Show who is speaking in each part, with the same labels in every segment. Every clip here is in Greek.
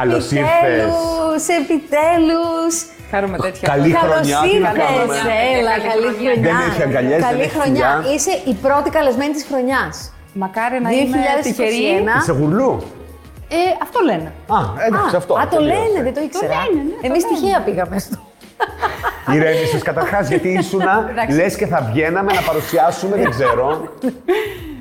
Speaker 1: Καλώς ήρθες.
Speaker 2: Επιτέλους, επιτέλους.
Speaker 3: Χάρουμε τέτοια.
Speaker 1: Καλή
Speaker 2: Καλώς
Speaker 1: χρονιά, τι να κάνουμε.
Speaker 2: ήρθες, έλα, καλή χρονιά.
Speaker 1: Δεν έχει αγκαλιές, δεν
Speaker 2: Καλή
Speaker 1: έχει
Speaker 2: χρονιά.
Speaker 1: φιλιά.
Speaker 2: Είσαι η πρώτη καλεσμένη της χρονιάς.
Speaker 3: Μακάρι να είμαι
Speaker 2: 2021.
Speaker 3: τυχερή.
Speaker 1: Είσαι γουρλού.
Speaker 3: Ε, αυτό λένε.
Speaker 1: Α, εντάξει, αυτό.
Speaker 2: Α, το
Speaker 1: τελείωσε.
Speaker 2: λένε, δεν το ήξερα.
Speaker 3: λένε, ναι, το
Speaker 2: Εμείς
Speaker 3: λένε.
Speaker 2: τυχαία πήγαμε στο.
Speaker 1: Ηρέμησες καταρχάς, γιατί ήσουνα,
Speaker 3: Εντάξει.
Speaker 1: λες και θα βγαίναμε να παρουσιάσουμε, δεν ξέρω.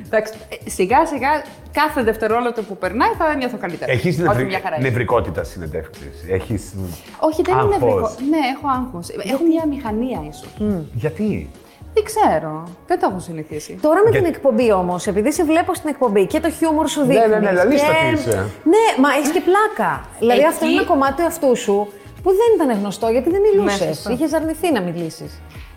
Speaker 3: Εντάξει, ε, σιγά σιγά κάθε δευτερόλεπτο που περνάει θα νιώθω καλύτερα.
Speaker 1: Έχεις Ναι.
Speaker 3: Όχι
Speaker 1: νευρι...
Speaker 3: μια χαρά. είναι.
Speaker 1: νευρικότητα συνεντεύξεις. Έχεις...
Speaker 3: Όχι, δεν
Speaker 1: Άγχος.
Speaker 3: είναι νευρικό. Ναι, έχω άγχος. Έχω μια μηχανία ίσως.
Speaker 1: Γιατί.
Speaker 3: Δεν ξέρω. Δεν το έχω συνηθίσει.
Speaker 2: Τώρα με
Speaker 1: Για-
Speaker 2: την εκπομπή όμως, επειδή σε βλέπω στην εκπομπή και το χιούμορ σου δείχνεις.
Speaker 1: ναι, ναι, λαλίστατη είσαι.
Speaker 2: Ναι, μα έχεις και πλάκα. Δηλαδή
Speaker 3: Εκεί-
Speaker 2: αυτό είναι ένα κομμάτι του εαυτού σου που δεν ήταν γνωστό γιατί δεν μιλούσες.
Speaker 3: Ναι, σωστό.
Speaker 2: Είχες αρνηθεί να μιλήσεις.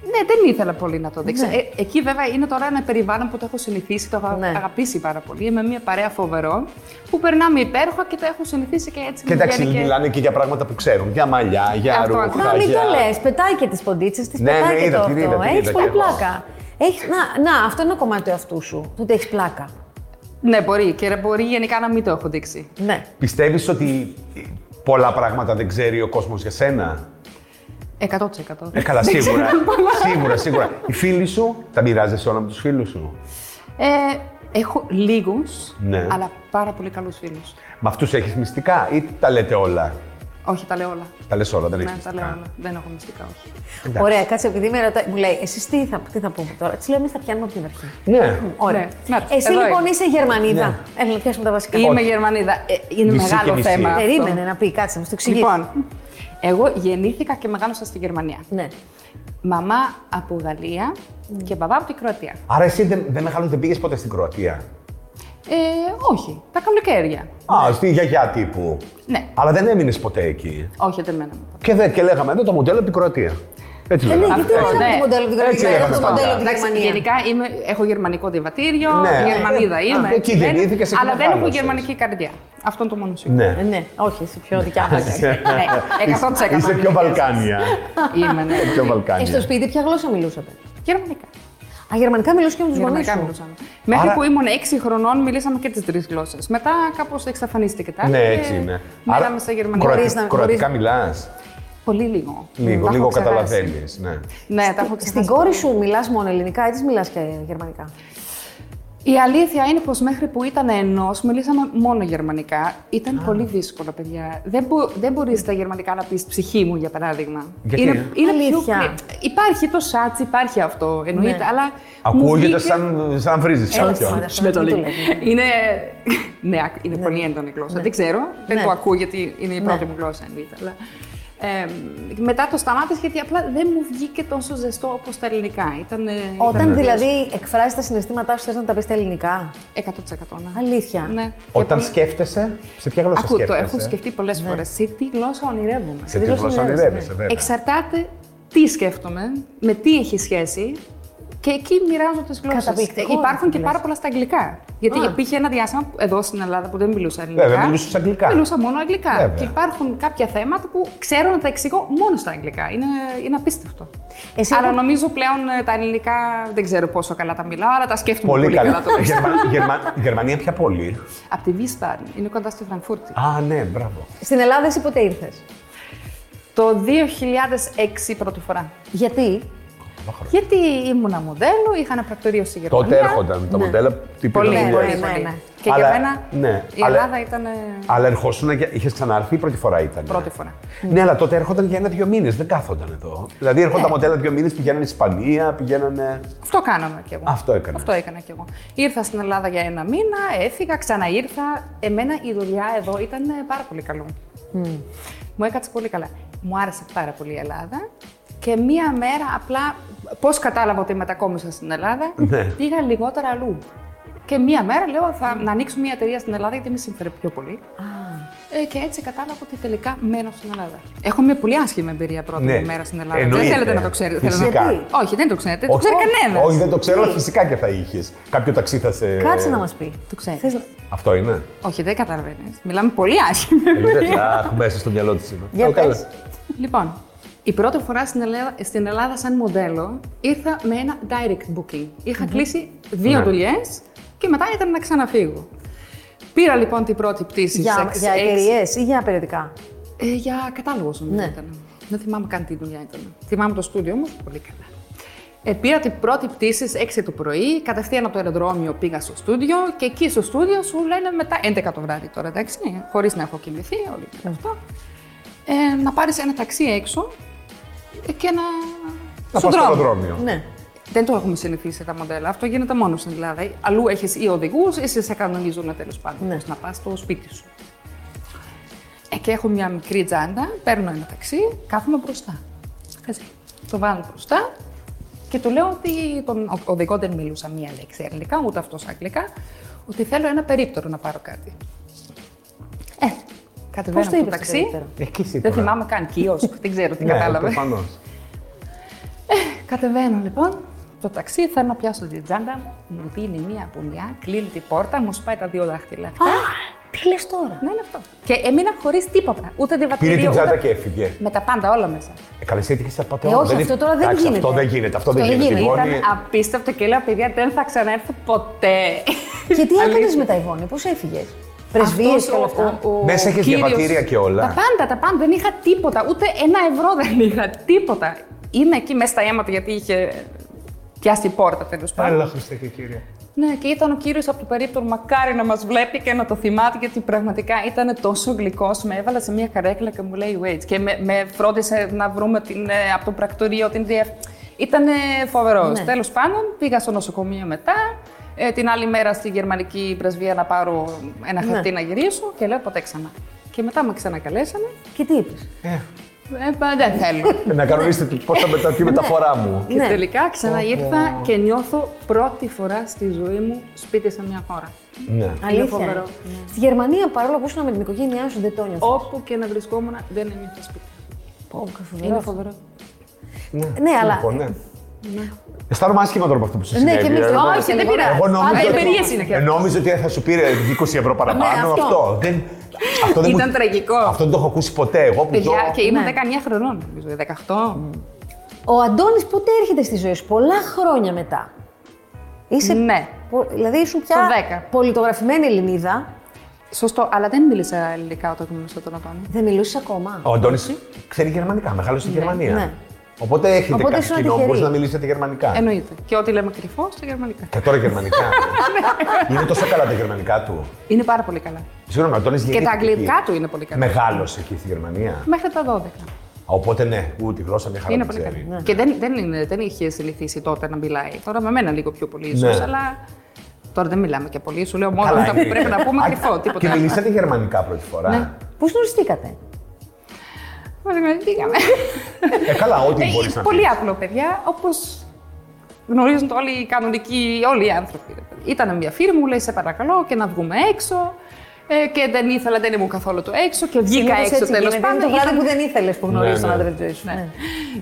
Speaker 3: Ναι, δεν ήθελα πολύ να το δείξω.
Speaker 2: Ναι.
Speaker 3: Ε, εκεί βέβαια είναι τώρα ένα περιβάλλον που το έχω συνηθίσει, το έχω
Speaker 2: Ναι.
Speaker 3: αγαπήσει πάρα πολύ. Είμαι μια παρέα φοβερών που περνάμε υπέροχα και το έχω συνηθίσει και έτσι
Speaker 1: Και
Speaker 3: μου
Speaker 1: εντάξει,
Speaker 3: βγαίνει και-
Speaker 1: μιλάνε και για πράγματα που ξέρουν. Για μαλλιά, για
Speaker 3: Αυτό
Speaker 1: ρούχα,
Speaker 2: Να μην
Speaker 1: για...
Speaker 2: το λες, πετάει και τις ποντίτσες τη,
Speaker 1: Ναι,
Speaker 2: πετάει
Speaker 1: ναι,
Speaker 2: και
Speaker 1: είδα,
Speaker 2: το
Speaker 1: την είδα,
Speaker 2: αυτό.
Speaker 1: την
Speaker 2: Έχεις
Speaker 1: είδα
Speaker 2: πολύ
Speaker 1: κι εγώ.
Speaker 2: πλάκα. Έχεις... Να, να, αυτό είναι ένα κομμάτι του εαυτού σου. Του ότι έχεις πλάκα.
Speaker 3: Ναι, μπορεί και μπορεί γενικά να μην το έχω δείξει.
Speaker 2: Ναι.
Speaker 1: Πιστεύεις ότι πολλά πράγματα δεν ξέρει ο κόσμος για σένα.
Speaker 3: 100%.
Speaker 1: Ε, καλά,
Speaker 3: Δεν ξέρω
Speaker 1: σίγουρα.
Speaker 3: πολλά.
Speaker 1: σίγουρα, σίγουρα. Οι φίλοι σου, τα μοιράζεσαι όλα με τους φίλους σου.
Speaker 3: Ε, έχω λίγους,
Speaker 1: Ναι.
Speaker 3: αλλά πάρα πολύ καλούς φίλους.
Speaker 1: Με αυτούς έχεις μυστικά ή τα λέτε όλα.
Speaker 3: Όχι, τα λέω όλα.
Speaker 1: Τα λες όλα, δεν έχεις
Speaker 3: Ναι, τα λέω
Speaker 1: μυστικά.
Speaker 3: όλα. Δεν έχω μυστικά, όχι.
Speaker 1: Εντάξει.
Speaker 2: Ωραία, κάτσε, επειδή με ρωτάει, μου λέει, εσείς τι θα, τι θα πούμε τώρα. Τη λέω, εμείς θα πιάνουμε από την αρχή.
Speaker 1: Ναι.
Speaker 2: Ωραία.
Speaker 3: Ναι, να,
Speaker 2: Εσύ
Speaker 3: εδώ
Speaker 2: λοιπόν
Speaker 3: είμαι.
Speaker 2: είσαι Γερμανίδα. Έλα, να πιάσουμε τα βασικά.
Speaker 3: Είμαι Γερμανίδα. Ε, είναι
Speaker 1: Μισή και
Speaker 3: μεγάλο
Speaker 1: μισή.
Speaker 3: θέμα. αυτό.
Speaker 2: Περίμενε να πει, κάτσε, να μας το εξηγήσει.
Speaker 3: Λοιπόν, εγώ γεννήθηκα και μεγάλωσα στη Γερμανία.
Speaker 2: Ναι.
Speaker 3: Μαμά από Γαλλία
Speaker 2: Mm.
Speaker 3: και μπαμπά από την Κροατία.
Speaker 1: Άρα εσύ δεν, δεν μεγάλο δεν πήγες ποτέ στην Κροατία.
Speaker 3: Ε, όχι, τα καλοκαίρια.
Speaker 1: Α, στη γιαγιά τύπου.
Speaker 3: Ναι,
Speaker 1: Αλλά δεν έμεινες ποτέ εκεί.
Speaker 3: όχι, δεν μέναμε.
Speaker 1: Και, δε, και λέγαμε εδώ το μοντέλο από την Κροατία. Έτσι
Speaker 2: Ε, ναι,
Speaker 1: λέγαμε.
Speaker 2: γιατί
Speaker 3: Αυτό,
Speaker 2: όχι
Speaker 3: ναι.
Speaker 2: το μοντέλο από την
Speaker 1: Έτσι
Speaker 2: Γερμανία,
Speaker 1: λέγαμε
Speaker 2: το
Speaker 1: πάντα.
Speaker 2: μοντέλο από τη
Speaker 3: Εντάξει,
Speaker 2: Γερμανία.
Speaker 3: γενικά είμαι, έχω γερμανικό διαβατήριο,
Speaker 1: Ναι.
Speaker 3: Γερμανίδα
Speaker 1: Ε,
Speaker 3: είμαι.
Speaker 1: α, εκεί
Speaker 3: δεν-
Speaker 1: γεννήθηκες, εκεί
Speaker 3: Αλλά δεν έχω
Speaker 1: μεγάλωσες.
Speaker 3: γερμανική καρδιά. Αυτό είναι το μόνο σίγουρο.
Speaker 2: Ε,
Speaker 1: Ναι.
Speaker 2: Ναι, όχι, είσαι πιο δικιά μα.
Speaker 3: Ναι, 100%.
Speaker 1: Είσαι πιο Βαλκάνια.
Speaker 3: Είμαι, ναι.
Speaker 2: Ε,
Speaker 1: Πιο
Speaker 2: στο
Speaker 1: Βαλκάνια.
Speaker 2: σπίτι ποια γλώσσα μιλούσατε.
Speaker 3: Γερμανικά.
Speaker 2: Α, γερμανικά μιλούσες και με τους γονείς
Speaker 3: Γερμανικά
Speaker 2: σου.
Speaker 3: μιλούσαμε. Μέχρι
Speaker 1: Άρα-
Speaker 3: που ήμουν 6 χρονών μιλήσαμε και τις τρεις γλώσσες. Μετά κάπως εξαφανίστηκε τα
Speaker 1: Ναι,
Speaker 3: και
Speaker 1: έτσι είναι.
Speaker 3: Μείναμε
Speaker 1: Άρα,
Speaker 3: στα γερμανικά.
Speaker 1: κροατι-
Speaker 2: Χωρίς να-
Speaker 1: Κροατικά
Speaker 2: χωρίς-
Speaker 1: μιλάς.
Speaker 3: Πολύ λίγο. Τα
Speaker 1: Λίγο,
Speaker 3: έχω
Speaker 1: λίγο
Speaker 3: ξεχάσει.
Speaker 1: καταλαβαίνεις. Ναι.
Speaker 3: Ναι, τα έχω ξεχάσει.
Speaker 2: Στην κόρη σου μιλάς μόνο ελληνικά ή της μιλάς και γερμανικά.
Speaker 3: Η αλήθεια είναι πως μέχρι που ήταν ενός, μιλήσαμε μόνο γερμανικά. Ήταν πολύ δύσκολο, παιδιά. Δεν, μπο, δεν μπορείς στα γερμανικά να πεις ψυχή μου, για παράδειγμα.
Speaker 1: Γιατί? ε?
Speaker 3: Είναι, είναι πιο,
Speaker 2: Αλήθεια.
Speaker 3: πλη- υπάρχει το σάτσι, υπάρχει αυτό, εννοείται,
Speaker 2: Ναι.
Speaker 3: αλλά. μου
Speaker 1: Ακούγεται
Speaker 3: βγήκε-
Speaker 1: σαν, σαν βρίζεις κάποιον.
Speaker 2: μάνα, αυτό τι το λέγεται.
Speaker 3: Είναι. ναι, ακ- είναι πολύ έντονη γλώσσα. Δεν ξέρω,
Speaker 2: ναι. Ναι.
Speaker 3: δεν το ακούω γιατί είναι η πρώτη
Speaker 2: Ναι.
Speaker 3: μου γλώσσα, εννοείται. Αλλά... Ε, μετά το σταμάτησα γιατί απλά δεν μου βγήκε τόσο ζεστό όπως τα ελληνικά. Ήταν. ε,
Speaker 2: Όταν δηλαδή εκφράζεις τα συναισθήματά σου, θες να τα πεις στα ελληνικά.
Speaker 3: 100% ναι.
Speaker 2: Αλήθεια.
Speaker 3: Ναι.
Speaker 1: Όταν
Speaker 3: Και
Speaker 1: σκέφτεσαι, σε ποια γλώσσα
Speaker 3: Ακούω, το
Speaker 1: σκέφτεσαι.
Speaker 3: έχω σκεφτεί πολλές
Speaker 2: Ναι.
Speaker 3: φορές. φορέ. Σε τι γλώσσα ονειρεύομαι.
Speaker 1: Σε τι
Speaker 2: Δηλώσεις
Speaker 1: γλώσσα
Speaker 2: ναι,
Speaker 1: ονειρεύεσαι,
Speaker 2: ναι.
Speaker 1: βέβαια.
Speaker 3: Εξαρτάται τι σκέφτομαι, με τι έχει σχέση και εκεί μοιράζω τις γλώσσες.
Speaker 2: Καταπληκτικό αυτό
Speaker 3: Υπάρχουν
Speaker 2: που
Speaker 3: και
Speaker 2: λες.
Speaker 3: πάρα πολλά στα αγγλικά. Γιατί
Speaker 2: Α.
Speaker 3: υπήρχε ένα διάστημα που- εδώ στην Ελλάδα που δεν μιλούσα ελληνικά.
Speaker 1: Βέβαια, μιλούσες αγγλικά.
Speaker 3: Μιλούσα μόνο αγγλικά.
Speaker 1: Βέβαια.
Speaker 3: Και υπάρχουν κάποια θέματα που ξέρω να τα εξηγώ μόνο στα αγγλικά. Είναι, είναι απίστευτο.
Speaker 2: Εσύ λοιπόν,
Speaker 3: Αλλά
Speaker 2: όταν-
Speaker 3: νομίζω πλέον ε, τα ελληνικά δεν ξέρω πόσο καλά τα μιλάω, αλλά τα σκέφτομαι πολύ,
Speaker 1: Πολύ
Speaker 3: καλά.
Speaker 1: καλά.
Speaker 3: το βρίσκω.
Speaker 1: Γερμα- Γερμα- Γερμανία, ποια πόλη.
Speaker 3: Από τη Wiesbaden, είναι κοντά στη Φραγκφούρτη.
Speaker 1: Α, ναι, μπράβο.
Speaker 2: Στην Ελλάδα εσύ ποτέ ήρθες.
Speaker 3: Το 2006 πρώτη φορά.
Speaker 2: Γιατί.
Speaker 3: Γιατί ήμουνα μοντέλο, είχα ένα πρακτορείο στη Γερμανία. Ναι.
Speaker 1: Τότε έρχονταν τα μοντέλα. Τι
Speaker 3: Πολύ,
Speaker 1: πήγαιναν
Speaker 3: πολύ,
Speaker 1: δουλειές.
Speaker 3: πολύ. Ναι, ναι. Και
Speaker 1: Αλλά-
Speaker 3: για μένα
Speaker 1: ναι,
Speaker 3: η
Speaker 1: αλλά-
Speaker 3: Ελλάδα ήταν ε,
Speaker 1: Αλλά ερχόσουν, είχες ξανάρθει ή πρώτη φορά ήταν.
Speaker 3: πρώτη φορά.
Speaker 1: Ναι, αλλά τότε έρχονταν για ένα-δύο μήνες, δεν κάθονταν εδώ. Δηλαδή έρχονταν
Speaker 3: Ναι.
Speaker 1: τα μοντέλα δύο μήνες, πηγαίνανε Ισπανία, πηγαίνανε.
Speaker 3: Αυτό κάναμε κι εγώ.
Speaker 1: Αυτό έκανα.
Speaker 3: Αυτό έκανα κι εγώ. Ήρθα στην Ελλάδα για ένα μήνα, έφυγα, ξαναήρθα. Εμένα η δουλειά εδώ ήταν ε, πάρα πολύ καλό. Μου έκατσε πολύ καλά. Μου άρεσε πάρα πολύ η Ελλάδα. Και μία μέρα απλά, πώς κατάλαβα ότι μετακόμισα στην Ελλάδα,
Speaker 1: Ναι.
Speaker 3: πήγα λιγότερα αλλού. Και μία μέρα λέω θα, να ανοίξω μία εταιρεία στην Ελλάδα γιατί με συμφέρει πιο πολύ. Ε, και έτσι κατάλαβα ότι τελικά μένω στην Ελλάδα. Έχω μια πολύ άσχημη εμπειρία πρώτη
Speaker 1: Ναι.
Speaker 3: μου μέρα στην Ελλάδα.
Speaker 1: Εννοείται.
Speaker 3: Δεν θέλετε να το ξέρετε. θέλω να-
Speaker 1: Φυσικά.
Speaker 2: Γιατί?
Speaker 3: Όχι, δεν το ξέρετε. Δεν το ξέρει κανένας.
Speaker 1: Όχι, δεν το ξέρω, αλλά φυσικά και θα είχες. Κάποιο ταξί θα σε.
Speaker 2: Κάτσε να μας πει.
Speaker 3: Το ξέρεις.
Speaker 2: Θες να-
Speaker 1: Αυτό είναι.
Speaker 3: Όχι, δεν καταλαβαίνεις. Μιλάμε πολύ άσχημα.
Speaker 1: Ελπίζω. Αχ, μέσα στο μυαλό της είναι.
Speaker 2: Για
Speaker 1: Ω, καλά.
Speaker 2: πες.
Speaker 3: λοιπόν, η πρώτη φορά στην Ελλάδα, στην Ελλάδα σαν μοντέλο ήρθα με ένα direct booking. ειχα κλείσει δύο
Speaker 1: Ναι.
Speaker 3: δουλειές και μετά ήταν να ξαναφύγω. Πήρα λοιπόν την πρώτη πτήση στις
Speaker 2: Για,
Speaker 3: έξι-
Speaker 2: για
Speaker 3: έξι-
Speaker 2: εταιρείες ή για περιοδικά.
Speaker 3: Ε, για κατάλογος νομίζω
Speaker 2: Ναι.
Speaker 3: ήταν. Δεν θυμάμαι καν τι δουλειά ήταν. Θυμάμαι το στούντιο όμως πολύ καλά. Ε, πήρα την πρώτη πτήση στις 6 το πρωί, κατευθείαν από το αεροδρόμιο πήγα στο στούντιο και εκεί στο στούντιο σου λένε μετά 11 το βράδυ τώρα, εντάξει, χωρίς να έχω κοιμηθεί, όλοι και αυτό, ε, να πάρεις ένα ταξί έξω ε, και να...
Speaker 1: Να
Speaker 3: στον
Speaker 1: πάω στο
Speaker 3: δρόμο.
Speaker 1: αεροδρόμιο.
Speaker 2: Ναι.
Speaker 3: Δεν το έχουμε συνηθίσει τα μοντέλα. Αυτό γίνεται μόνος στην Ελλάδα. Αλλού έχεις ή οδηγούς ή σε κανονίζουν τέλος πάντων.
Speaker 2: Ναι.
Speaker 3: Ναι. Να πας στο σπίτι σου. Ε, και έχω μια μικρή τσάντα, παίρνω ένα ταξί, κάθομαι μπροστά. Έτσι. Το βάλω μπροστά και του λέω ότι τον ο- οδηγό δεν μιλούσα μία λέξη ελληνικά, ούτε αυτός αγγλικά, ότι θέλω ένα περίπτερο να πάρω κάτι. Ε, κατεβαίνω
Speaker 2: Πώς το
Speaker 3: από το
Speaker 2: είπες το
Speaker 3: ταξί.
Speaker 2: περίπτερο?
Speaker 1: Εκεί σίγουρα.
Speaker 3: Δεν θυμάμαι καν κιόσκ, δεν ξέρω τι
Speaker 1: Ναι,
Speaker 3: κατάλαβε.
Speaker 1: προφανώς.
Speaker 3: Κατεβαίνω λοιπόν το ταξί, θέλω να πιάσω την τσάντα μου, μου δίνει μία πουλιά, κλείνει την πόρτα, μου σπάει τα δύο δάχτυλα.
Speaker 2: Α, τι λες τώρα.
Speaker 3: Ναι, είναι αυτό. Και έμεινα χωρίς τίποτα, ούτε
Speaker 1: Πήρε
Speaker 3: διαβατήριο.
Speaker 1: την τσάντα
Speaker 3: ούτε...
Speaker 1: και έφυγε.
Speaker 3: Με τα πάντα όλα μέσα.
Speaker 1: Ε, Καλέ έτυχε σε
Speaker 2: Ε,
Speaker 1: πατέρα.
Speaker 2: όχι, αυτό τώρα δεν γίνεται.
Speaker 1: Αυτό δεν γίνεται. Αυτό δεν
Speaker 2: Αυτό δεν
Speaker 1: γίνεται.
Speaker 2: γίνεται.
Speaker 1: Λοιπόν,
Speaker 3: Ήταν απίστευτο και λέω, παιδιά, δεν θα ξαναέρθω ποτέ.
Speaker 2: Και τι έκανε
Speaker 3: Αλήθεια.
Speaker 2: μετά, Ιβόνη, πώς έφυγες. Πρεσβείες
Speaker 3: Αυτός
Speaker 2: και όλα αυτά.
Speaker 3: ο- ο- ο
Speaker 1: Μέσα Ναι, έχεις
Speaker 3: κύριος-
Speaker 1: διαβατήρια και όλα.
Speaker 3: Τα πάντα, τα πάντα. Δεν είχα τίποτα. Ούτε ένα ευρώ δεν είχα. Τίποτα. Είμαι εκεί μέσα στα αίματα γιατί είχε πιάσει η πόρτα τέλος πάντων.
Speaker 4: Άλλα Χριστέ και Κύριε.
Speaker 3: Ναι, και ήταν ο κύριος από το περίπτωρο. Μακάρι να μας βλέπει και να το θυμάται, γιατί πραγματικά ήταν τόσο γλυκός. Με έβαλε σε μια καρέκλα και μου λέει Wait. Και με, με φρόντισε να βρούμε την, ε, από το πρακτορείο την διεύθυνση. Ήταν φοβερός.
Speaker 2: Ναι.
Speaker 3: Τέλος πάντων, πήγα στο νοσοκομείο μετά. Ε, την άλλη μέρα στη γερμανική πρεσβεία να πάρω ένα
Speaker 2: Ναι.
Speaker 3: χαρτί να γυρίσω και λέω ποτέ ξανά. Και μετά με ξανακαλέσανε.
Speaker 2: Και τι είπες.
Speaker 3: Ε, «Πα, δεν θέλω.
Speaker 1: να κανονίσετε πώς θα μετα... τη μεταφορά μου.
Speaker 3: Και
Speaker 2: Ναι.
Speaker 3: τελικά ξαναήρθα και νιώθω πρώτη φορά στη ζωή μου σπίτι σε μια χώρα.
Speaker 1: ναι.
Speaker 2: Αλήθεια.
Speaker 3: φοβερό.
Speaker 2: Στη Γερμανία, παρόλο που ήσουν με την οικογένειά σου, δεν το νιώθω.
Speaker 3: Όπου και να βρισκόμουν, δεν ένιωθα σπίτι. Είναι φοβερό.
Speaker 2: Ναι, αλλά.
Speaker 1: Λοιπόν, ναι. Αισθάνομαι άσχημα τώρα από αυτό που σου
Speaker 2: Ναι,
Speaker 1: συνέβη.
Speaker 2: και εμείς
Speaker 1: Εγώ-
Speaker 2: τώρα.
Speaker 3: Όχι, δεν πειράζει.
Speaker 1: Εγώ
Speaker 3: Αλλά
Speaker 1: νόμιζα.
Speaker 3: οι
Speaker 1: ότι-
Speaker 3: εμπειρίες είναι και
Speaker 1: Ε,
Speaker 3: αυτό.
Speaker 1: νόμιζα ότι θα σου πήρε 20 ευρώ παραπάνω.
Speaker 2: Ναι, αυτό.
Speaker 1: αυτό. Δεν... Αυτό δεν μου-
Speaker 3: Ήταν τραγικό.
Speaker 1: Αυτό δεν το έχω ακούσει ποτέ. Εγώ που ζω.
Speaker 3: Παιδιά, και ήμουν
Speaker 2: Ναι.
Speaker 3: 19 χρονών, νομίζω, 18.
Speaker 2: Ο Αντώνης πότε έρχεται στη ζωή σου, πολλά χρόνια μετά. Είσαι.
Speaker 3: Ναι.
Speaker 2: πο- Δηλαδή ήσουν πια
Speaker 3: Το 10.
Speaker 2: πολιτογραφημένη Ελληνίδα.
Speaker 3: Σωστό, αλλά δεν μίλησα ελληνικά όταν γνώρισα τον
Speaker 1: Ναι.
Speaker 3: Αντώνη.
Speaker 2: Δεν μιλούσες ακόμα.
Speaker 1: Ο Αντώνης ξέρει γερμανικά, μεγάλο στη Γερμανία.
Speaker 2: ναι.
Speaker 1: Οπότε έχετε
Speaker 2: Οπότε
Speaker 1: κάτι
Speaker 2: ήσουν
Speaker 1: κοινό,
Speaker 2: τυχεροί.
Speaker 1: μπορείς να μιλήσετε γερμανικά.
Speaker 2: Ε,
Speaker 3: Εννοείται. Και ό,τι λέμε κρυφό, στα γερμανικά.
Speaker 1: Και τώρα γερμανικά. είναι τόσο καλά τα γερμανικά του.
Speaker 3: Είναι πάρα πολύ καλά.
Speaker 1: Συγγνώμη, ο Αντώνης
Speaker 3: Και τα
Speaker 1: γεννήθηκε
Speaker 3: αγγλικά
Speaker 1: εκεί.
Speaker 3: του είναι πολύ καλά.
Speaker 1: Μεγάλος εκεί στη Γερμανία.
Speaker 3: Μέχρι τα 12.
Speaker 1: Οπότε ναι, ούτε τη γλώσσα μια χαρά
Speaker 3: Είναι
Speaker 1: την
Speaker 3: πολύ ναι.
Speaker 1: ξέρει. Ναι.
Speaker 3: καλά. Και δεν, δεν, είναι, δεν είχε συνηθίσει τότε να μιλάει. Τώρα με μένα λίγο πιο πολύ, ίσω,
Speaker 1: Ναι.
Speaker 3: αλλά. Τώρα δεν μιλάμε και πολύ. Σου λέω μόνο
Speaker 1: Καλά
Speaker 3: αυτά που
Speaker 1: είναι.
Speaker 3: πρέπει να πούμε
Speaker 1: Α,
Speaker 3: κρυφό,
Speaker 1: Και
Speaker 3: τίποτα. άλλο.
Speaker 1: μιλήσατε γερμανικά πρώτη φορά.
Speaker 3: Ναι.
Speaker 2: Πώς γνωριστήκατε.
Speaker 3: Μας γνωριστήκαμε.
Speaker 1: Ε, καλά, ό,τι μπορεί να πει.
Speaker 3: Πολύ απλό, παιδιά, όπως γνωρίζουν το όλοι οι κανονικοί, όλοι οι άνθρωποι. Ήταν μια φίλη μου, λέει σε παρακαλώ και να βγούμε έξω. Ε, και δεν ήθελα, δεν ήμουν καθόλου το έξω και βγήκα
Speaker 2: Συνήθως
Speaker 3: έξω
Speaker 2: έτσι
Speaker 3: τέλος
Speaker 2: γίνεται. Είναι
Speaker 3: πάντων.
Speaker 2: Το βράδυ
Speaker 3: Ήταν-
Speaker 2: που δεν ήθελες που γνωρίζεις
Speaker 1: Ναι,
Speaker 2: τον
Speaker 1: ναι.
Speaker 2: άντρα της ζωής σου. Ναι.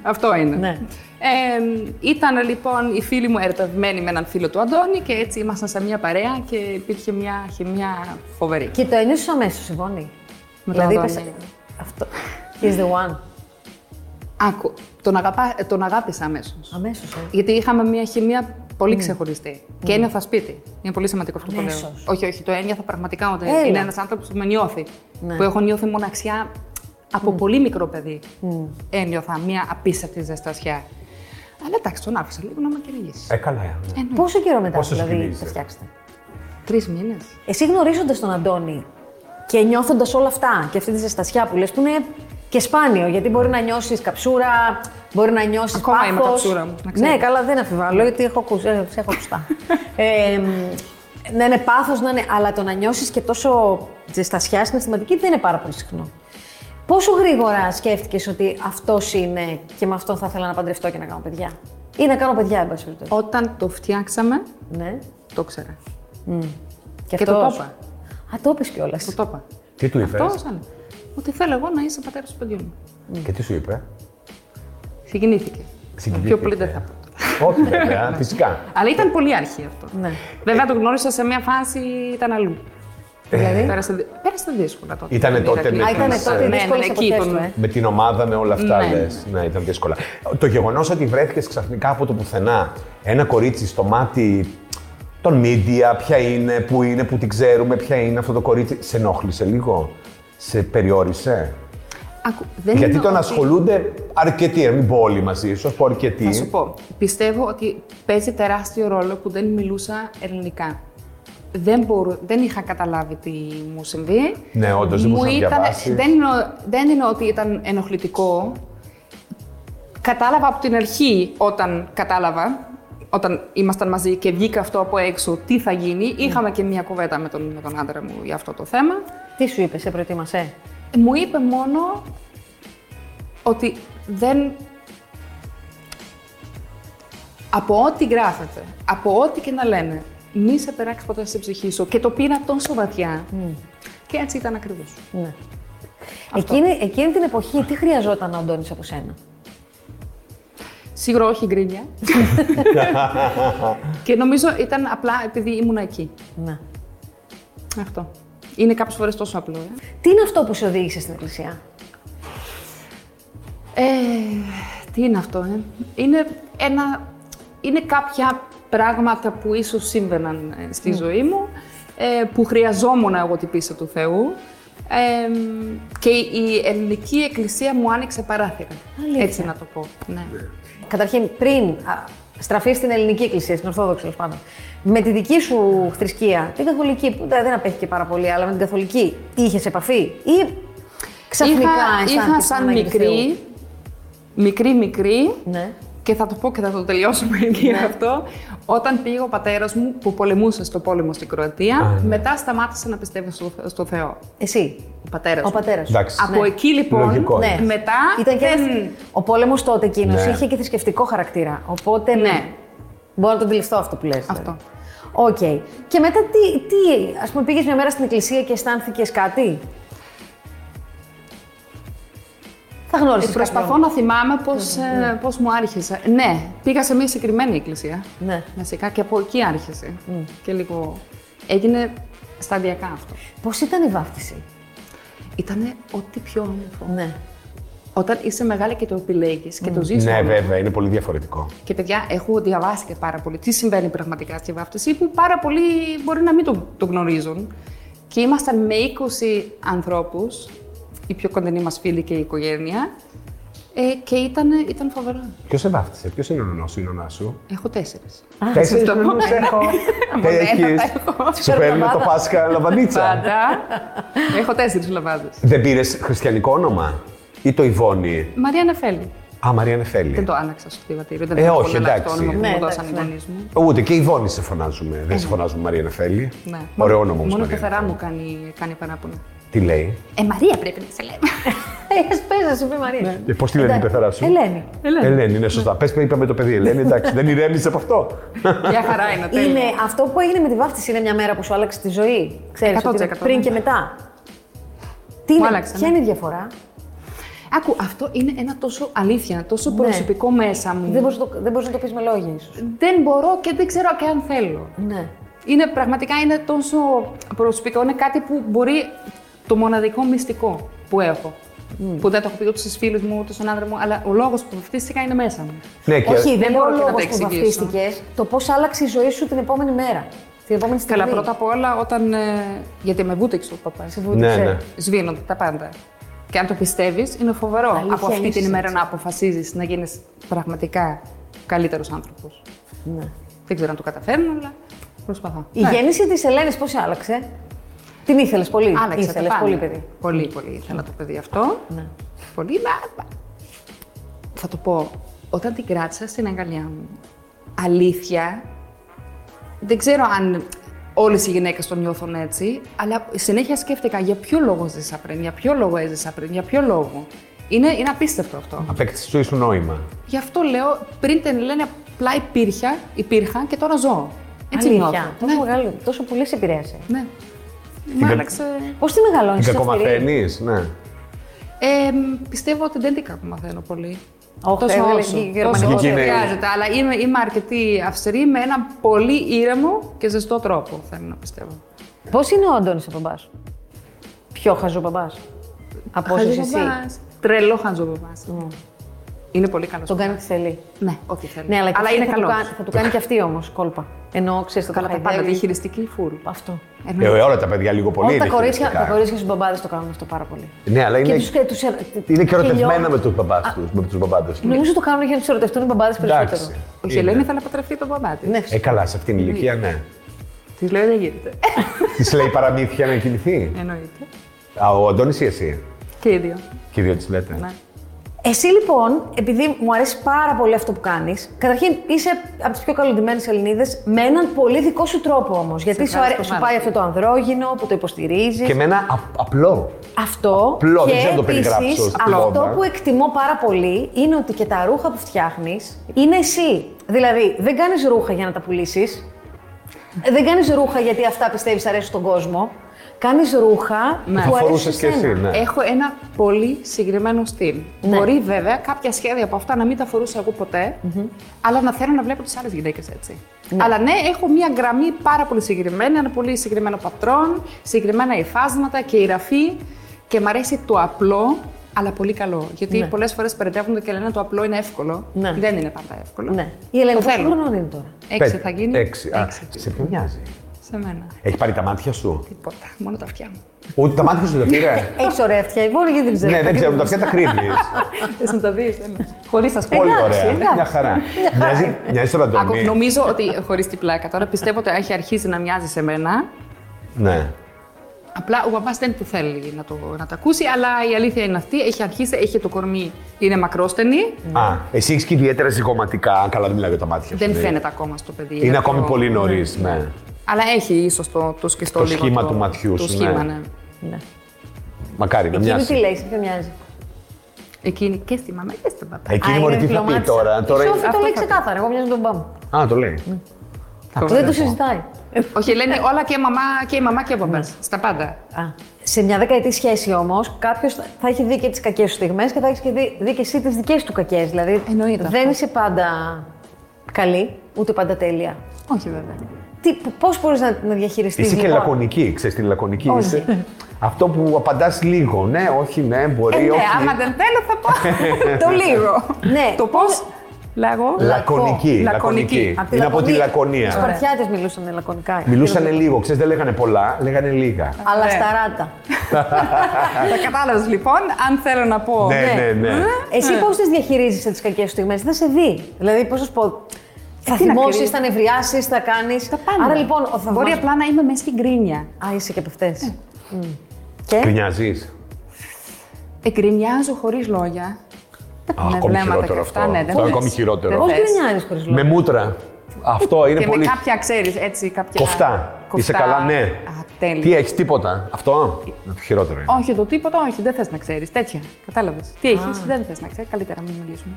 Speaker 3: Αυτό είναι.
Speaker 2: Ναι.
Speaker 3: Ε, ήταν λοιπόν η φίλη μου ερωτευμένη με έναν φίλο του Αντώνη και έτσι ήμασταν σε μια παρέα και υπήρχε μια χημιά φοβερή.
Speaker 2: Και το ένιωσες αμέσως, Συμφωνεί.
Speaker 3: Με
Speaker 2: δηλαδή
Speaker 3: τον
Speaker 2: είπες,
Speaker 3: Αντώνη.
Speaker 2: Αυτό. He's the one.
Speaker 3: Άκου, τον, αγαπά, τον αγάπησα αμέσως.
Speaker 2: Αμέσως.
Speaker 3: Γιατί είχαμε μια χημεία
Speaker 2: Ναι.
Speaker 3: πολύ ξεχωριστή. Και ένιωθα σπίτι. Είναι πολύ σημαντικό αυτό που λέω.
Speaker 2: Αμέσως.
Speaker 3: Όχι, όχι, το ένιωθα πραγματικά ότι
Speaker 2: Ναι, Έλα.
Speaker 3: είναι ένας άνθρωπος που με νιώθει.
Speaker 2: Ναι.
Speaker 3: Που έχω νιώθει μοναξιά από πολύ μικρό παιδί.
Speaker 2: Ναι.
Speaker 3: Ένιωθα μια απίστευτη ζεστασιά. Αλλά εντάξει, τον άφησα λίγο να με κυνηγήσει.
Speaker 1: Ε, καλά. ναι.
Speaker 2: Πόσο καιρό μετά
Speaker 1: Πόσο ε.
Speaker 2: δηλαδή
Speaker 1: σκυλίζε.
Speaker 2: τα φτιάξετε.
Speaker 3: Τρεις μήνες.
Speaker 2: Εσύ γνωρίζοντας τον Αντώνη και νιώθοντας όλα αυτά και αυτή τη ζεστασιά που λες, που είναι και σπάνιο, γιατί μπορεί να νιώσεις καψούρα, μπορεί να νιώσεις.
Speaker 3: Ακόμα είμαι καψούρα μου, να ξέρετε.
Speaker 2: Ναι, καλά, δεν αφιβάλλω, γιατί έχω ακούσει. ε, σε έχω ακουστά. ε, μ, να είναι πάθος, να είναι. Αλλά το να νιώσεις και τόσο ζεστασιά συναισθηματική δεν είναι πάρα πολύ συχνό. Πόσο γρήγορα σκέφτηκες ότι αυτός είναι και με αυτόν θα ήθελα να παντρευτώ και να κάνω παιδιά. Ή να κάνω παιδιά, εν πάση περιπτώσει.
Speaker 3: Όταν το φτιάξαμε,
Speaker 2: Ναι.
Speaker 3: το ξέρα.
Speaker 2: Και,
Speaker 3: Και το
Speaker 2: αυτός.
Speaker 3: είπα.
Speaker 2: Α, το είπες κιόλας.
Speaker 3: Το το είπα.
Speaker 1: Τι του είπε.
Speaker 3: Αυτό σαν. Ότι θέλω εγώ να είσαι πατέρας του παιδιού μου.
Speaker 1: Και τι σου είπε.
Speaker 3: Συγκινήθηκε.
Speaker 1: Συγκινήθηκε.
Speaker 3: Πιο πολύ δεν θα πω. Ναι.
Speaker 1: Όχι, βέβαια, φυσικά.
Speaker 3: Αλλά ήταν πολύ αρχή αυτό.
Speaker 2: Ναι.
Speaker 3: Βέβαια το γνώρισα σε μια φάση ήταν αλλού.
Speaker 2: Δηλαδή?
Speaker 3: Πέρασε, δυ- πέρασε δύσκολα τότε.
Speaker 1: Ε. Ήτανε τότε με
Speaker 2: Α, ήταν
Speaker 1: τις,
Speaker 2: τότε
Speaker 1: ε,
Speaker 2: οι δύσκολες
Speaker 3: εκεί
Speaker 2: εποχές
Speaker 3: τον-
Speaker 2: του, ε.
Speaker 1: Με την ομάδα, με όλα αυτά
Speaker 3: Ναι, ναι.
Speaker 1: λες. Ναι, ήταν δύσκολα. Το γεγονός ότι βρέθηκες ξαφνικά από το πουθενά ένα κορίτσι στο μάτι των media, ποια είναι, πού είναι, πού την ξέρουμε, ποια είναι αυτό το κορίτσι. Σε ενόχλησε λίγο, σε περιόρισε.
Speaker 3: Ακού, δεν
Speaker 1: Γιατί
Speaker 3: είναι
Speaker 1: τον
Speaker 3: ότι-
Speaker 1: ασχολούνται αρκετοί, ε, μην πω όλοι μαζί, ίσως πω αρκετοί.
Speaker 3: Θα σου πω. Πιστεύω ότι παίζει τεράστιο ρόλο που δεν μιλούσα ελληνικά. Δεν, μπορού, δεν είχα καταλάβει τι μου συμβεί.
Speaker 1: Ναι, όντως, δεν
Speaker 3: Μου
Speaker 1: μπορούσα να
Speaker 3: ήταν-
Speaker 1: διαβάσεις.
Speaker 3: δεν, εννοώ- δεν εννοώ ότι ήταν ενοχλητικό. Κατάλαβα από την αρχή όταν κατάλαβα, όταν ήμασταν μαζί και βγήκα αυτό από έξω, τι θα γίνει. Είχαμε και μια κουβέντα με τον, με τον άντρα μου για αυτό το θέμα.
Speaker 2: Τι σου είπες, σε προετοίμασε.
Speaker 3: Μου είπε μόνο ότι δεν... Από ό,τι γράφεται, από ό,τι και να λένε, μη σε περάξει ποτέ στην ψυχή σου. Και το πήρα τόσο βαθιά. Και έτσι ήταν ακριβώς.
Speaker 2: Ναι. Εκείνη, εκείνη την εποχή τι χρειαζόταν ο Αντώνης από σένα.
Speaker 3: Σίγουρα όχι γκρίνια. και νομίζω ήταν απλά επειδή ήμουν εκεί.
Speaker 2: Ναι.
Speaker 3: Αυτό. Είναι κάποιες φορές τόσο απλό. Ε.
Speaker 2: Τι είναι αυτό που σε οδήγησε στην εκκλησία.
Speaker 3: Ε, τι είναι αυτό, ε? Είναι, ένα, είναι κάποια πράγματα που ίσως σύμβαιναν ε, στη
Speaker 2: Ναι.
Speaker 3: ζωή μου, ε, που χρειαζόμουν εγώ την πίστη του Θεού. Ε, μ, και η ελληνική εκκλησία μου άνοιξε παράθυρα.
Speaker 2: Αλήθεια.
Speaker 3: Έτσι να το πω. Ναι.
Speaker 2: Καταρχήν, πριν α, στραφείς στην ελληνική εκκλησία, στην Ορθόδοξη τέλος πάντων, με τη δική σου θρησκεία, την καθολική, που δεν δεν απέχει και πάρα πολύ, αλλά με την καθολική, είχες επαφή ή ξαφνικά
Speaker 3: είχα,
Speaker 2: αισθάνθηκες
Speaker 3: είχα
Speaker 2: την
Speaker 3: σαν
Speaker 2: ανάγκη του
Speaker 3: μικρή, μικρή, μικρή,
Speaker 2: Θεού? Ναι.
Speaker 3: και θα το πω και θα το τελειώσουμε εκεί αυτό. Όταν πήγε ο πατέρας μου που πολεμούσε στο πόλεμο στην Κροατία, μετά σταμάτησε να πιστεύει στο, στο Θεό.
Speaker 2: Εσύ.
Speaker 3: Ο πατέρας.
Speaker 2: Ο Ναι. πατέρα.
Speaker 1: Εντάξει.
Speaker 3: Από εκεί λοιπόν,
Speaker 1: Λογικό είναι.
Speaker 2: Ναι.
Speaker 3: μετά.
Speaker 2: Ήταν και
Speaker 3: δεν-
Speaker 2: ένας- Ο πόλεμος τότε εκείνος
Speaker 1: Ναι.
Speaker 2: είχε και θρησκευτικό χαρακτήρα. Οπότε.
Speaker 3: Ναι.
Speaker 2: Μπορώ να τον αντιληφθώ αυτό που λες. δηλαδή.
Speaker 3: Αυτό.
Speaker 2: Οκ. Και μετά τι, τι ας πούμε πήγες μια μέρα στην εκκλησία και αισθάνθηκες κάτι. Θα γνώρισες
Speaker 3: Ε, Προσπαθώ
Speaker 2: κάποιον.
Speaker 3: να θυμάμαι πώς πώς μου άρχισε. Ναι, πήγα σε μια συγκεκριμένη εκκλησία.
Speaker 2: Ναι.
Speaker 3: Βασικά και από εκεί άρχισε. Και λίγο. Έγινε σταδιακά αυτό.
Speaker 2: Πώς ήταν η βάφτιση.
Speaker 3: Ήτανε ό,τι πιο όμορφο.
Speaker 2: Ναι.
Speaker 3: Όταν είσαι μεγάλη και το επιλέγεις και το ζεις
Speaker 1: Ναι,
Speaker 3: όλο.
Speaker 1: βέβαια, είναι πολύ διαφορετικό.
Speaker 3: Και παιδιά, έχω διαβάσει και πάρα πολύ τι συμβαίνει πραγματικά στη βάφτιση, που πάρα πολλοί μπορεί να μην το, το γνωρίζουν. Και ήμασταν με 20 ανθρώπους, οι πιο κοντινοί μας φίλοι και η οικογένεια. Ε, και ήταν, ήταν φοβερό.
Speaker 1: Ποιος σε βάφτισε, ποιος είναι ο νονός, η νονά σου.
Speaker 3: Έχω τέσσερις.
Speaker 1: Τέσσερι
Speaker 3: το πω.
Speaker 1: νονούς έχω.
Speaker 3: Μοντέλα τα
Speaker 1: Έχεις.
Speaker 3: έχω.
Speaker 1: Σου φέρνουν το
Speaker 2: Λαμπάδα.
Speaker 1: Πάσχα λαμπανίτσα.
Speaker 3: Πάντα. έχω τέσσερις λαμπάδε.
Speaker 1: Δεν πήρες χριστιανικό όνομα ή το Ιβόνι.
Speaker 3: Μαρία Νεφέλη.
Speaker 1: Α, Μαρία
Speaker 3: Δεν
Speaker 1: Νεφέλη.
Speaker 3: το άλλαξα στο κτηματήριο. Δεν
Speaker 1: Ε,
Speaker 3: έχω
Speaker 1: όχι,
Speaker 3: πολλά
Speaker 1: εντάξει.
Speaker 3: Το όνομα που
Speaker 2: Ναι,
Speaker 3: μου
Speaker 2: εντάξει,
Speaker 3: δώσαν
Speaker 2: ναι.
Speaker 3: οι γονείς μου.
Speaker 1: Ούτε και Ιβόνι σε φωνάζουμε. Δεν
Speaker 2: Ε.
Speaker 1: σε φωνάζουμε Μαρία Νεφέλη.
Speaker 3: Ναι.
Speaker 1: Ωραίο όνομα όμως,
Speaker 3: Μόνο η
Speaker 1: Μαρία
Speaker 3: καθαρά
Speaker 1: Νεφέλη.
Speaker 3: μου κάνει, κάνει παράπονο.
Speaker 1: Τι λέει.
Speaker 3: Ε, Μαρία πρέπει να σε λέμε.
Speaker 2: Έχεις πέσει, σου πει Μαρία.
Speaker 1: Ε, Πώς τη λένε η πεθαρά σου.
Speaker 2: Ελένη.
Speaker 1: Ε,
Speaker 3: Ελένη.
Speaker 1: Ελένη, Ναι. είναι σωστά. Πες είπαμε το παιδί Ελένη, εντάξει, δεν ηρέμησες από αυτό.
Speaker 3: Μια χαρά είναι, τέλεια.
Speaker 2: Είναι αυτό που έγινε με τη βάφτιση είναι μια μέρα που σου άλλαξε τη ζωή. Ξέρεις ότι
Speaker 3: 100%.
Speaker 2: πριν και μετά. Τι είναι,
Speaker 3: Μου ναι. άλλαξε,
Speaker 2: ποια
Speaker 3: ναι.
Speaker 2: είναι η διαφορά.
Speaker 3: Άκου, αυτό είναι ένα τόσο αλήθεια, τόσο προσωπικό μέσα μου.
Speaker 2: Ναι. Δεν
Speaker 3: Δεν,
Speaker 2: μπορείς, να το, δεν μπορείς να το πεις με λόγια ίσως.
Speaker 3: μπορώ και δεν ξέρω και αν θέλω.
Speaker 2: Ναι.
Speaker 3: Είναι πραγματικά είναι τόσο προσωπικό, είναι κάτι που μπορεί το μοναδικό μυστικό που έχω. Που δεν το έχω πει ούτε στους φίλους μου, ούτε στον άντρα μου, αλλά ο λόγος που βαφτίστηκα είναι μέσα μου.
Speaker 1: Ναι, και
Speaker 2: Όχι, δεν
Speaker 3: δεν
Speaker 2: είναι ο
Speaker 3: μπορώ και να τα
Speaker 2: λόγο που
Speaker 3: εξηγήσω.
Speaker 2: βαφτίστηκες, το πώς άλλαξε η ζωή σου την επόμενη μέρα. Την επόμενη στιγμή.
Speaker 3: Καλά, πρώτα απ' όλα όταν. ε, γιατί με βούτυξε ο παπάς.
Speaker 2: Ναι. Σε βούτυξε.
Speaker 1: Ναι, ναι.
Speaker 3: Σβήνονται τα πάντα. Και αν το πιστεύεις, είναι φοβερό
Speaker 2: Αλήθεια,
Speaker 3: από αυτή την
Speaker 2: είσαι
Speaker 3: ημέρα
Speaker 2: έτσι.
Speaker 3: να αποφασίζεις να γίνεις πραγματικά καλύτερος άνθρωπος.
Speaker 2: Ναι.
Speaker 3: Δεν ξέρω αν το καταφέρνω, αλλά προσπαθώ. Ναι,
Speaker 2: Η γέννηση της Ελένης πώς άλλαξε. Την ήθελες πολύ.
Speaker 3: Άλλαξε το
Speaker 2: Ήθελες
Speaker 3: πάντα.
Speaker 2: πολύ, παιδί.
Speaker 3: Πολύ, πολύ ήθελα το παιδί αυτό.
Speaker 2: Ναι.
Speaker 3: Πολύ. μα- μα- Θα το πω, όταν την κράτησα στην αγκαλιά μου, αλήθεια, δεν ξέρω αν όλες οι γυναίκες το νιώθουν έτσι, αλλά συνέχεια σκέφτηκα για ποιο λόγο ζήσα πριν, για ποιο λόγο έζησα πριν, για ποιο λόγο. Είναι, είναι απίστευτο αυτό.
Speaker 1: απέκτησες του ήσου νόημα.
Speaker 3: Γι' αυτό λέω, πριν την λένε απλά υπήρχα, υπήρχα και τώρα ζω. Έτσι νιώθω.
Speaker 2: Τόσο, μεγάλο, τόσο πολύ σε επηρέασε.
Speaker 3: Ναι.
Speaker 1: κα-
Speaker 3: Μου άλλαξε.
Speaker 2: Πώς τη μεγαλώνεις,
Speaker 1: Την κακομαθαίνεις, ναι.
Speaker 3: Ε, πιστεύω ότι δεν την κακομαθαίνω πολύ.
Speaker 2: Όχι,
Speaker 3: τόσο
Speaker 2: έβγαλε
Speaker 3: όσο,
Speaker 2: και
Speaker 3: τόσο
Speaker 2: γερμανικό
Speaker 3: όσο
Speaker 1: τέλος.
Speaker 3: χρειάζεται, αλλά είμαι, είμαι αρκετή αυστηρή με ένα πολύ ήρεμο και ζεστό τρόπο, θέλω να πιστεύω.
Speaker 2: Πώς είναι ο Αντώνη ο μπαμπά σου. Πιο χαζό μπαμπά. Από όσο εσύ.
Speaker 3: Χαζοπαπάς. Τρελό χαζοπαπάς. Είναι πολύ καλός.
Speaker 2: Τον κάνει ό,τι θέλει.
Speaker 3: Ναι, ό,τι θέλει.
Speaker 2: Ναι, αλλά, και αυτή
Speaker 3: είναι
Speaker 2: θα του
Speaker 3: καλό.
Speaker 2: κα- Θα του κάνει και αυτή όμως κόλπα. Ενώ ξέρεις το
Speaker 3: Καλά τα πάντα.
Speaker 2: χαϊδεύει.
Speaker 3: Διαχειριστική φουλ.
Speaker 2: Αυτό.
Speaker 1: Ε, όλα τα παιδιά λίγο πολύ
Speaker 2: Ναι. Όλα τα
Speaker 1: είναι
Speaker 2: κορίτσια,
Speaker 1: χειριστικά.
Speaker 2: τα κορίτσια στους μπαμπάδες το κάνουν αυτό πάρα πολύ.
Speaker 1: Ναι, αλλά
Speaker 2: Και
Speaker 1: είναι,
Speaker 2: τους, και τους, ε,
Speaker 1: είναι και
Speaker 2: λιώνουν.
Speaker 1: ερωτευμένα με τους μπαμπάδε τους. Με τους μπαμπάδες τους.
Speaker 2: Νομίζω το κάνουν για να τους ερωτευτούν οι μπαμπάδες περισσότερο.
Speaker 1: Εντάξει.
Speaker 3: Όχι,
Speaker 1: Είναι.
Speaker 3: η Ελένη θα λαπατρευτεί τον μπαμπά της.
Speaker 2: Ναι,
Speaker 1: Ε, καλά, σε αυτήν την ηλικία, ναι.
Speaker 3: Τη λέω δεν γίνεται.
Speaker 2: Ε.
Speaker 1: Της λέει παραμύθια να κινηθεί.
Speaker 3: Εννοείται.
Speaker 1: Α, ο Αντώνης ή εσύ.
Speaker 3: Και οι δύο.
Speaker 1: Και οι δύο της λέτε.
Speaker 3: Ναι.
Speaker 2: Εσύ λοιπόν, επειδή μου αρέσει πάρα πολύ αυτό που κάνεις, καταρχήν είσαι από τις πιο καλοντημένε Ελληνίδες με έναν πολύ δικό σου τρόπο όμως. Γιατί σου,
Speaker 3: ευχαριστώ
Speaker 2: αρέ- σου
Speaker 3: πάρα
Speaker 2: πάει
Speaker 3: πολύ.
Speaker 2: αυτό το ανδρόγυνο που το υποστηρίζεις.
Speaker 1: Και με ένα απ- απλό.
Speaker 2: Αυτό
Speaker 1: Απλό,
Speaker 2: και
Speaker 1: δεν ξέρω να το περιγράψω
Speaker 2: επίσης,
Speaker 1: στην
Speaker 2: αυτό
Speaker 1: λόγα.
Speaker 2: που εκτιμώ πάρα πολύ είναι ότι και τα ρούχα που φτιάχνεις είναι εσύ. Δηλαδή, δεν κάνεις ρούχα για να τα πουλήσεις, δεν κάνεις ρούχα γιατί αυτά πιστεύεις αρέσουν στον κόσμο, κάνεις ρούχα
Speaker 3: Ναι.
Speaker 2: που
Speaker 1: που
Speaker 2: αρέσουν
Speaker 1: φορούσες
Speaker 2: σε
Speaker 1: και εσύ,
Speaker 2: σένα.
Speaker 1: ναι.
Speaker 3: Έχω ένα πολύ συγκεκριμένο στυλ.
Speaker 2: Ναι.
Speaker 3: Μπορεί βέβαια κάποια σχέδια από αυτά να μην τα φορούσα εγώ ποτέ, αλλά να θέλω να βλέπω τις άλλες γυναίκες έτσι. Αλλά ναι, έχω μία γραμμή πάρα πολύ συγκεκριμένη, ένα πολύ συγκεκριμένο πατρόν, συγκεκριμένα υφάσματα και η ραφή. Και μ' αρέσει το απλό, αλλά πολύ καλό. Γιατί
Speaker 2: Ναι.
Speaker 3: πολλές πολλέ φορές περιτεύονται και λένε το απλό είναι εύκολο.
Speaker 2: Ναι.
Speaker 3: Δεν είναι πάντα εύκολο.
Speaker 2: Ναι. Η Ελένη,
Speaker 3: το
Speaker 2: πόσο
Speaker 3: θέλω.
Speaker 2: χρονών είναι τώρα.
Speaker 3: Έξι
Speaker 1: Πέντε.
Speaker 3: θα γίνει.
Speaker 1: Έξι. Α,
Speaker 3: Έξι.
Speaker 1: σε ποιον νοιάζει.
Speaker 3: Σε μένα.
Speaker 1: Έχει πάρει τα μάτια σου.
Speaker 3: Τίποτα. Μόνο τα αυτιά μου.
Speaker 1: Ούτε τα μάτια σου δεν πήρε.
Speaker 2: Έχεις ωραία αυτιά, η Βόρεια, γιατί δεν ξέρω.
Speaker 1: ναι, δεν ξέρω, τα αυτιά τα κρύβεις.
Speaker 3: Θες να τα δεις, έλα. Χωρίς Ναι. να σπώ.
Speaker 1: Πολύ
Speaker 2: εντάξει.
Speaker 1: ωραία. Μια χαρά. Μοιάζει- Μοιάζει στον
Speaker 3: Ακο-
Speaker 1: Αντώνη.
Speaker 3: Νομίζω ότι χωρίς την πλάκα τώρα πιστεύω ότι έχει αρχίσει να μοιάζει σε μένα.
Speaker 1: Ναι.
Speaker 3: Απλά ο παπάς δεν του θέλει να το, να το ακούσει, αλλά η αλήθεια είναι αυτή. Έχει αρχίσει, έχει το κορμί, είναι μακρόστενη.
Speaker 1: Α, εσύ έχεις και ιδιαίτερα ζυγωματικά. Καλά, δεν μιλάω για τα μάτια σου.
Speaker 3: Δεν
Speaker 1: ναι.
Speaker 3: φαίνεται ακόμα στο παιδί.
Speaker 1: Είναι ακόμη
Speaker 3: αυτό-
Speaker 1: πολύ νωρίς. Ναι.
Speaker 3: Αλλά έχει ίσως το, το σκεφτό
Speaker 1: Το
Speaker 3: λίγο.
Speaker 1: σχήμα του ματιού
Speaker 3: Το
Speaker 1: σου,
Speaker 3: σχήμα,
Speaker 1: ναι.
Speaker 3: ναι.
Speaker 2: Ναι.
Speaker 1: Μακάρι να
Speaker 2: Εκείνη τι
Speaker 1: μοιάσει.
Speaker 2: λέει, σε ποιον μοιάζει.
Speaker 3: Εκείνη και στη μαμά και στον παπά.
Speaker 1: Εκείνη
Speaker 2: Α,
Speaker 1: μωρή
Speaker 2: είναι
Speaker 1: τι θα πει
Speaker 2: διπλωμάτισσα.
Speaker 1: τώρα. τώρα...
Speaker 2: Η Σόφη το
Speaker 3: Αυτό
Speaker 2: λέει
Speaker 3: θα πει.
Speaker 2: ξεκάθαρα, εγώ μοιάζω με τον μπαμ.
Speaker 1: Α, το λέει.
Speaker 2: Δεν το συζητάει.
Speaker 3: Όχι, λένε όλα και, μαμά, και η μαμά και ο παπάς. Στα πάντα.
Speaker 2: Α. Σε μια δεκαετή σχέση όμως, κάποιος θα έχει δει και τις κακές σου στιγμές και θα έχεις και δει, δει και εσύ τις δικές του κακές. Δηλαδή,
Speaker 3: Εννοείται
Speaker 2: δεν
Speaker 3: αυτό.
Speaker 2: είσαι πάντα καλή, ούτε πάντα τέλεια.
Speaker 3: Όχι, βέβαια.
Speaker 2: Πώς μπορείς να, λοιπόν, να διαχειριστείς
Speaker 1: Είσαι και λακωνική, ξέρεις την λακωνική.
Speaker 2: Όχι.
Speaker 1: Είσαι. Αυτό που απαντάς λίγο, ναι, όχι, ναι, μπορεί,
Speaker 3: Ε, ναι,
Speaker 1: όχι.
Speaker 3: άμα δεν θέλω θα πω το λίγο.
Speaker 2: Ναι.
Speaker 3: Το πώς. Λαγό.
Speaker 1: Λακωνική, λακωνική.
Speaker 2: Απ' τη
Speaker 1: Είναι από τη
Speaker 2: Οι
Speaker 1: Λακωνία.
Speaker 2: Σπαρτιάτε μιλούσαν λακωνικά.
Speaker 1: Μιλούσανε λίγο, ξέρεις, δεν λέγανε πολλά, λέγανε λίγα.
Speaker 2: Αλλά
Speaker 3: Ναι.
Speaker 2: σταράτα.
Speaker 3: Τα κατάλαβες λοιπόν, αν θέλω να πω.
Speaker 1: Ναι, ναι, ναι.
Speaker 2: Εσύ πώς τις διαχειρίζεσαι τις κακές στιγμές, θα σε δει. Δηλαδή, πώς να σου πω. Θα
Speaker 3: τι να
Speaker 2: θυμώσεις,
Speaker 3: κρίνεις.
Speaker 2: θα νευριάσεις, θα κάνεις.
Speaker 3: Τα πάντα.
Speaker 2: Άρα λοιπόν, ο θαυμάς-
Speaker 3: Μπορεί Ναι. απλά να είμαι μέσα στην κρίνια.
Speaker 2: Α, είσαι και από αυτές.
Speaker 3: ε.
Speaker 2: Και.
Speaker 1: Κρινιάζεις.
Speaker 3: Εγκρινιάζω χωρί Ε, λόγια.
Speaker 1: Α,
Speaker 3: Με
Speaker 1: Ακόμη
Speaker 3: βλέμματα
Speaker 1: χειρότερο
Speaker 3: και
Speaker 1: αυτό.
Speaker 3: αυτά, ναι, δεν
Speaker 1: Αυτό
Speaker 3: θες.
Speaker 1: ακόμη
Speaker 3: Δεν
Speaker 1: χειρότερο.
Speaker 2: Πώ
Speaker 3: θες.
Speaker 2: γκρινιάρει χωρί λόγο.
Speaker 1: Με μούτρα. Αυτό είναι
Speaker 3: Και με
Speaker 1: πολύ.
Speaker 3: κάποια, ξέρεις, έτσι, κάποια.
Speaker 1: Κοφτά. Είσαι
Speaker 3: κοφτά.
Speaker 1: καλά, ναι.
Speaker 3: Α, τέλεια.
Speaker 1: Τι έχεις, τίποτα. Αυτό. Ναι, Το χειρότερο είναι.
Speaker 3: Όχι, το τίποτα, όχι, δεν θες να ξέρεις. Τέτοια. Κατάλαβες. Τι έχεις, δεν θες να ξέρεις. Καλύτερα μην μιλήσουμε.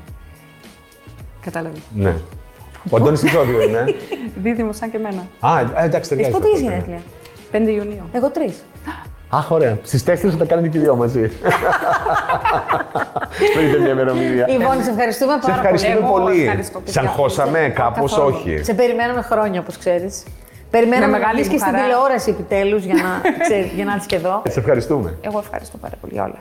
Speaker 3: Κατάλαβε.
Speaker 1: Ναι. Ο Αντώνη τι ζώδιο είναι. ναι.
Speaker 3: Δίδυμο σαν και εμένα.
Speaker 1: Α, ε, εντάξει,
Speaker 2: Εσύ
Speaker 1: ταιριάζει.
Speaker 2: πότε είσαι
Speaker 1: αυτό, ναι.
Speaker 2: γενέθλια.
Speaker 3: 5 Ιουνίου.
Speaker 2: Εγώ τρεις.
Speaker 1: Αχ, ωραία. Στις 4 θα τα κάνετε και οι δυο μαζί. Βρείτε μια ημερομηνία.
Speaker 3: Ε,
Speaker 2: Λοιπόν, σε ευχαριστούμε
Speaker 1: Σε
Speaker 2: πάρα
Speaker 1: ευχαριστούμε
Speaker 3: Εγώ
Speaker 1: πολύ.
Speaker 3: ευχαριστώ, παιδιά.
Speaker 1: Σαν χώσαμε κάπως,
Speaker 3: Καθόλου.
Speaker 1: όχι.
Speaker 2: πολύ. Σε περιμένουμε χρόνια, όπως ξέρεις. Περιμένουμε
Speaker 3: Με
Speaker 2: να
Speaker 3: μεγάλη
Speaker 2: βγεις
Speaker 3: μου
Speaker 2: και στην
Speaker 3: χαρά.
Speaker 2: τηλεόραση επιτέλους για να, ξέρεις, για να είσαι και εδώ.
Speaker 1: Σε ευχαριστούμε.
Speaker 3: Εγώ ευχαριστώ πάρα πολύ όλα.